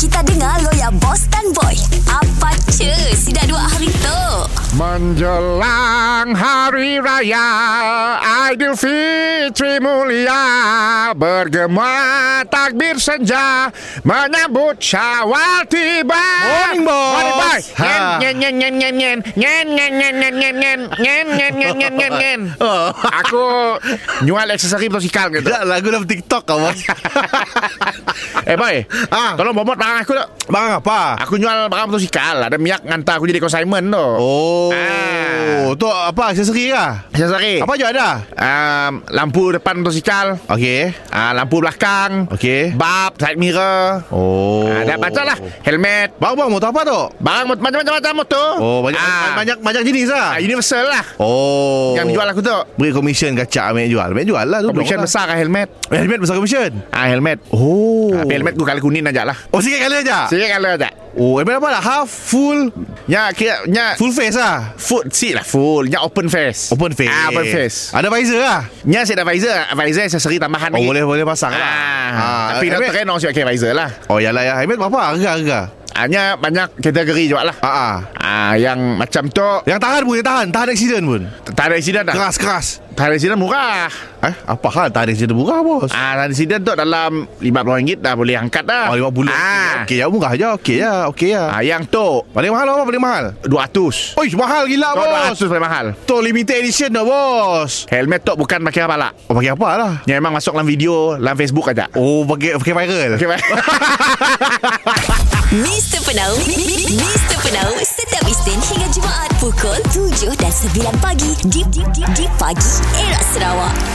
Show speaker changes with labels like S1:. S1: Kita dengar lo ya, boss dan boy. Apa cu? Si dah dua hari tu.
S2: Menjelang Hari Raya Aidilfitri mulia Bergema takbir senja Menyambut syawal tiba
S3: Morning, boss.
S2: Morning boss
S3: Ha.
S2: Nyem, nyem, nyem, nyem, nyem Nyem, nyem, nyem, nyem, nyem Nyem, nyem, nyem, nyem, nyem, nyem, nyem
S3: Oh.
S2: Aku nyual aksesori musikal gitu
S3: Dah lagu dalam TikTok kau bos.
S2: Eh boy
S3: Ah.
S2: Tolong bomot barang aku tak
S3: Bang apa?
S2: Aku nyual barang musikal Ada minyak ngantar aku jadi consignment tu
S3: Oh.
S2: Ah.
S3: Tu apa aksesori kah?
S2: Aksesori
S3: Apa juga ada?
S2: um, Lampu depan motosikal
S3: Okey.
S2: uh, Lampu belakang
S3: Okey.
S2: Bab Side mirror
S3: Oh.
S2: uh, Dah baca lah Helmet
S3: Bang bang motor apa tu?
S2: Barang mot- macam-macam motor
S3: Oh banyak
S2: Ah.
S3: banyak banyak jenis
S2: uh,
S3: ah.
S2: Universal lah
S3: Oh.
S2: Yang jual aku tu
S3: Beri komisen kacak ambil jual. Ambil jual lah tu.
S2: Commission
S3: Blok lah.
S2: besar kan helmet
S3: Eh, Helmet besar komisen.
S2: Ah helmet
S3: Oh.
S2: Tapi Ah, helmet aku kali kuning aja lah
S3: Oh sikit kali aja.
S2: Sikit kalau tak
S3: Oh, helmet apa lah? Half, full,
S2: Ya kira Ya
S3: full face ah.
S2: Full seat lah full Ya open face
S3: Open face.
S2: ah, Open face
S3: Ada visor ah.
S2: Ya seat visor Visor aksesori tambahan
S3: Oh,
S2: lagi
S3: boleh boleh pasang
S2: Ah,
S3: lah.
S2: Tapi
S3: helmet-
S2: doktor kan orang siap pakai visor lah
S3: Oh, yalah ya. Helmet berapa harga harga?
S2: Hanya banyak kategori juga lah
S3: Ah ah.
S2: Ah, yang macam tu
S3: Yang tahan pun, yang tahan, tahan accident pun.
S2: Tak ada insiden dah
S3: Keras-keras.
S2: Tak ada insiden murah
S3: Eh, apa hal tahan accident murah bos?
S2: Ah, tak ada insiden tu dalam RM50 dah boleh angkat dah
S3: Oh, 50.
S2: ah.
S3: Okey, ya murah je. Okey ya, okey ya.
S2: ah, Yang tu
S3: Paling mahal apa? Paling mahal.
S2: RM200
S3: Oi, mahal gila
S2: Tu
S3: bos.
S2: RM200 paling mahal
S3: Tu limited edition dah bos.
S2: Helmet tu bukan pakai kepala
S3: Oh, pakai apa lah?
S2: Yang memang masuk dalam video Dalam Facebook aja
S3: Oh, pakai pakai viral.
S2: Okay, baik
S1: Mr. Penau, mi- mi- Mr. Penau, setiap Isnin hingga Jumaat pukul 7 dan 9 pagi di, di, di, di pagi era Sarawak.